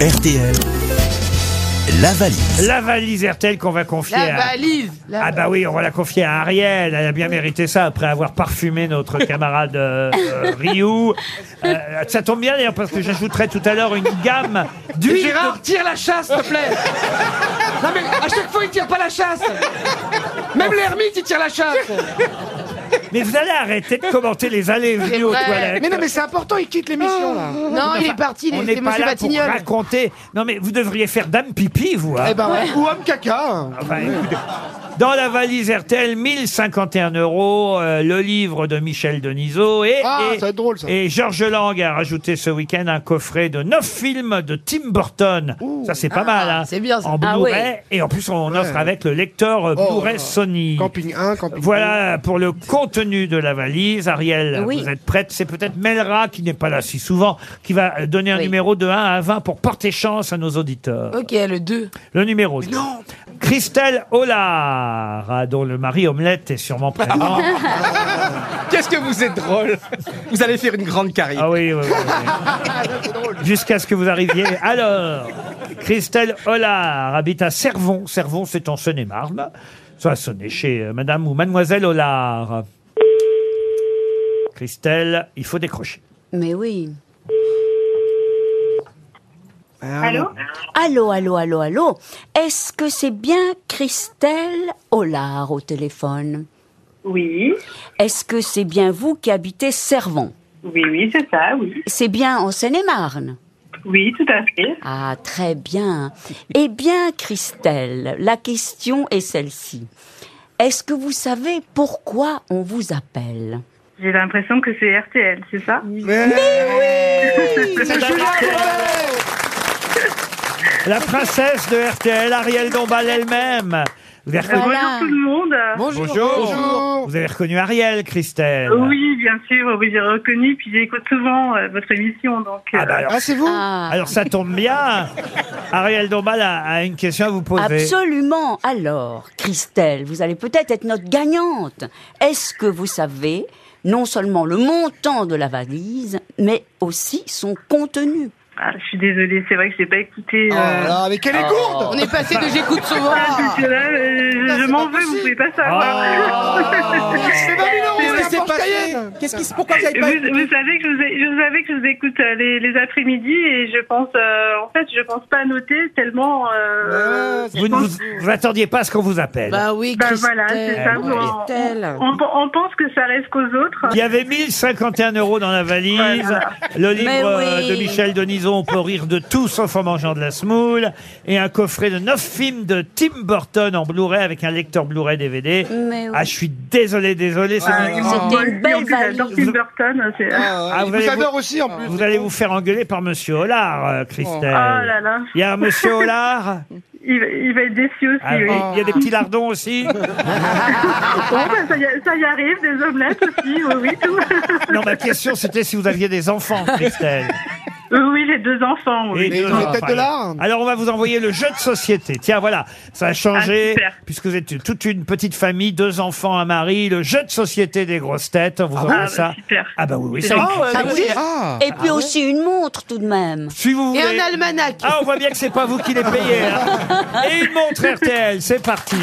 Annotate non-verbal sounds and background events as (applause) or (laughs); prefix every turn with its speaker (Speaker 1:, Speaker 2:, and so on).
Speaker 1: RTL, la valise.
Speaker 2: La valise RTL qu'on va confier
Speaker 3: La
Speaker 2: à...
Speaker 3: valise la
Speaker 2: Ah bah oui, on va la confier à Ariel. Elle a bien mérité ça après avoir parfumé
Speaker 3: (laughs)
Speaker 2: notre camarade euh, euh, Ryu. Euh, ça tombe bien d'ailleurs parce que j'ajouterai tout à l'heure une gamme d'huile. de-
Speaker 4: Gérard, tire la chasse, s'il te (laughs) plaît Non mais à chaque fois, il tire pas la chasse Même l'ermite, il tire la chasse
Speaker 2: Mais vous allez arrêter de commenter les allées et venues aux
Speaker 3: vrai.
Speaker 2: toilettes.
Speaker 4: Mais non, mais c'est important, il quitte l'émission, là
Speaker 3: Non, il est parti,
Speaker 2: on
Speaker 3: il
Speaker 2: n'est
Speaker 3: était
Speaker 2: pas
Speaker 3: monsieur
Speaker 2: là pour
Speaker 3: Batignol.
Speaker 2: raconter. Non mais vous devriez faire dame pipi, vous. hein.
Speaker 4: Eh ben, ouais. ou homme caca hein.
Speaker 2: Enfin, écoutez. Dans la valise RTL, 1051 euros, euh, le livre de Michel Denisot et,
Speaker 4: Ah,
Speaker 2: et,
Speaker 4: ça va être drôle, ça.
Speaker 2: et Georges Lang a rajouté ce week-end un coffret de neuf films de Tim Burton. ça, c'est pas mal. Hein,
Speaker 3: c'est bien, ça.
Speaker 2: En
Speaker 5: Ah,
Speaker 2: Blu-ray.
Speaker 5: ouais.
Speaker 2: Et en plus, on offre avec le lecteur euh,
Speaker 4: Oh,
Speaker 2: Blu-ray Sony.
Speaker 4: Camping 1, camping
Speaker 2: Voilà pour le contenu de la valise. Ariel,
Speaker 5: Oui.
Speaker 2: vous êtes prête C'est peut-être Melra, qui n'est pas là si souvent, qui va euh, donner un
Speaker 5: Oui.
Speaker 2: numéro de 1 à 20 pour porter chance à nos auditeurs.
Speaker 3: Ok, le 2.
Speaker 2: Le numéro 2. Christelle Hollard, ah, dont le mari Omelette est sûrement présent.
Speaker 6: Qu'est-ce que vous êtes drôle Vous allez faire une grande carrière.
Speaker 2: Ah oui, oui, oui, oui. Jusqu'à ce que vous arriviez. Alors, Christelle Hollard habite à Cervon. Cervon, c'est en Seine-et-Marne. Soit sonner chez euh, madame ou mademoiselle Hollard. Christelle, il faut décrocher.
Speaker 5: Mais oui.
Speaker 4: Allô
Speaker 5: Allô, allô, allô, allô. Est-ce que c'est bien Christelle Hollard au téléphone
Speaker 7: Oui,
Speaker 5: Est-ce que c'est bien vous qui habitez Servon
Speaker 7: oui, oui, c'est ça, oui.
Speaker 5: C'est bien en Seine-et-Marne
Speaker 7: Oui, tout à fait.
Speaker 5: Ah, très bien. Eh bien, Christelle, la question est celle-ci. Est-ce que vous savez pourquoi on vous appelle
Speaker 7: J'ai l'impression que c'est RTL, c'est ça (laughs)
Speaker 4: C'est Julien Courbet
Speaker 2: La princesse de RTL, Ariel Dombal elle-même. Vous avez reconnu,
Speaker 5: Voilà.
Speaker 7: Bonjour tout le monde.
Speaker 4: Bonjour
Speaker 2: vous avez reconnu Ariel, Christelle
Speaker 7: Oui, bien sûr, oui, j'ai reconnu, puis j'écoute souvent euh, votre émission, donc... euh,
Speaker 2: Ah bah alors,
Speaker 4: Ah, c'est vous
Speaker 5: Ah,
Speaker 2: Alors ça tombe bien. Ariel Dombal a, a une question à vous poser.
Speaker 5: absolument. Alors, Christelle, vous allez peut-être être notre gagnante. Est-ce que vous savez non seulement le montant de la valise, mais aussi son contenu
Speaker 7: ah, je suis désolée, c'est vrai que j'ai pas écouté...
Speaker 4: Oh
Speaker 7: euh,
Speaker 4: là là, mais quelle est gourde
Speaker 3: On est passé de j'écoute souvent.
Speaker 5: Bah,
Speaker 7: parce que là, euh,
Speaker 4: Putain,
Speaker 7: je
Speaker 4: c'est
Speaker 7: m'en
Speaker 4: pas
Speaker 7: veux, vous
Speaker 4: possible. Oh.
Speaker 7: pouvez pas savoir.
Speaker 4: C'est 20 000 euros,
Speaker 6: Qu'est-ce qui
Speaker 4: c'est
Speaker 6: s'est
Speaker 4: la Porsche
Speaker 6: passé
Speaker 4: Cayenne Ah,
Speaker 6: Qu'est-ce qui se pourquoi vous avez
Speaker 7: Vous,
Speaker 6: pas
Speaker 7: vous savez que je vous, ai- je savais que je vous écoute euh, les, les après-midi et je pense, euh, en fait, je pense pas noter tellement. euh,
Speaker 4: Ah, c'est-
Speaker 2: Vous ne vous, vous attendiez pas à ce qu'on vous appelle.
Speaker 3: Bah oui,
Speaker 7: Ben
Speaker 3: Christelle. Ah
Speaker 7: voilà, c'est ça.
Speaker 2: oui.
Speaker 7: on- On, on pense que ça reste qu'aux autres.
Speaker 2: Il y avait 1051 euros dans la valise.
Speaker 7: Voilà.
Speaker 2: Le livre
Speaker 5: Mais
Speaker 2: euh,
Speaker 5: oui.
Speaker 2: de Michel Denisot, On peut rire de tout sauf en mangeant de la semoule. Et un coffret de 9 films de Tim Burton en Blu-ray avec un lecteur Blu-ray DVD.
Speaker 5: Mais oui.
Speaker 2: Ah, je suis désolé, désolé. c'est
Speaker 7: Ah,
Speaker 2: mon-
Speaker 7: ils
Speaker 5: C'était
Speaker 7: m'ont-
Speaker 5: une
Speaker 7: ils
Speaker 5: belle
Speaker 7: m'ont dit, j'adore
Speaker 5: valise.
Speaker 7: Tim Burton. c'est-
Speaker 4: Ah,
Speaker 2: Ah,
Speaker 4: il
Speaker 2: vous
Speaker 4: vous
Speaker 2: allez
Speaker 4: adore
Speaker 2: vous-
Speaker 4: aussi, en plus
Speaker 2: Vous allez vous faire engueuler par Monsieur Hollard, euh, Christelle.
Speaker 7: Oh là là,
Speaker 2: Il y a un Monsieur Hollard.
Speaker 7: il, va- il va être déçu aussi.
Speaker 2: Ah,
Speaker 7: oui.
Speaker 2: Il y a des petits lardons
Speaker 7: (laughs)
Speaker 2: aussi.
Speaker 7: Bon, ben, ça, y, ça y arrive, des omelettes aussi, oui, oui, tout. (laughs)
Speaker 2: Non, ma question, c'était si vous aviez des enfants, Christelle.
Speaker 7: oui, j'ai deux enfants. (laughs) Oui.
Speaker 4: Mais ils
Speaker 2: deux
Speaker 4: ont les
Speaker 2: enfants.
Speaker 4: têtes de l'art.
Speaker 2: Alors, on va vous envoyer le jeu de société. Tiens, voilà, ça a
Speaker 7: Ah,
Speaker 2: changé,
Speaker 7: super.
Speaker 2: puisque vous êtes toute une petite famille, deux enfants, un mari, le jeu de société des grosses têtes. On vous envoie
Speaker 7: bah,
Speaker 2: ça.
Speaker 7: super.
Speaker 2: Ah bah oui, oui.
Speaker 7: C'est
Speaker 2: ça-
Speaker 7: gentil.
Speaker 5: Ah oui.
Speaker 4: Ah
Speaker 5: Et puis aussi une montre tout de même.
Speaker 2: Si vous
Speaker 3: Et
Speaker 2: voulez.
Speaker 3: un almanach.
Speaker 7: (laughs)
Speaker 2: Ah, on voit bien que c'est pas vous qui les payez. hein. Et une montre RTL, c'est parti.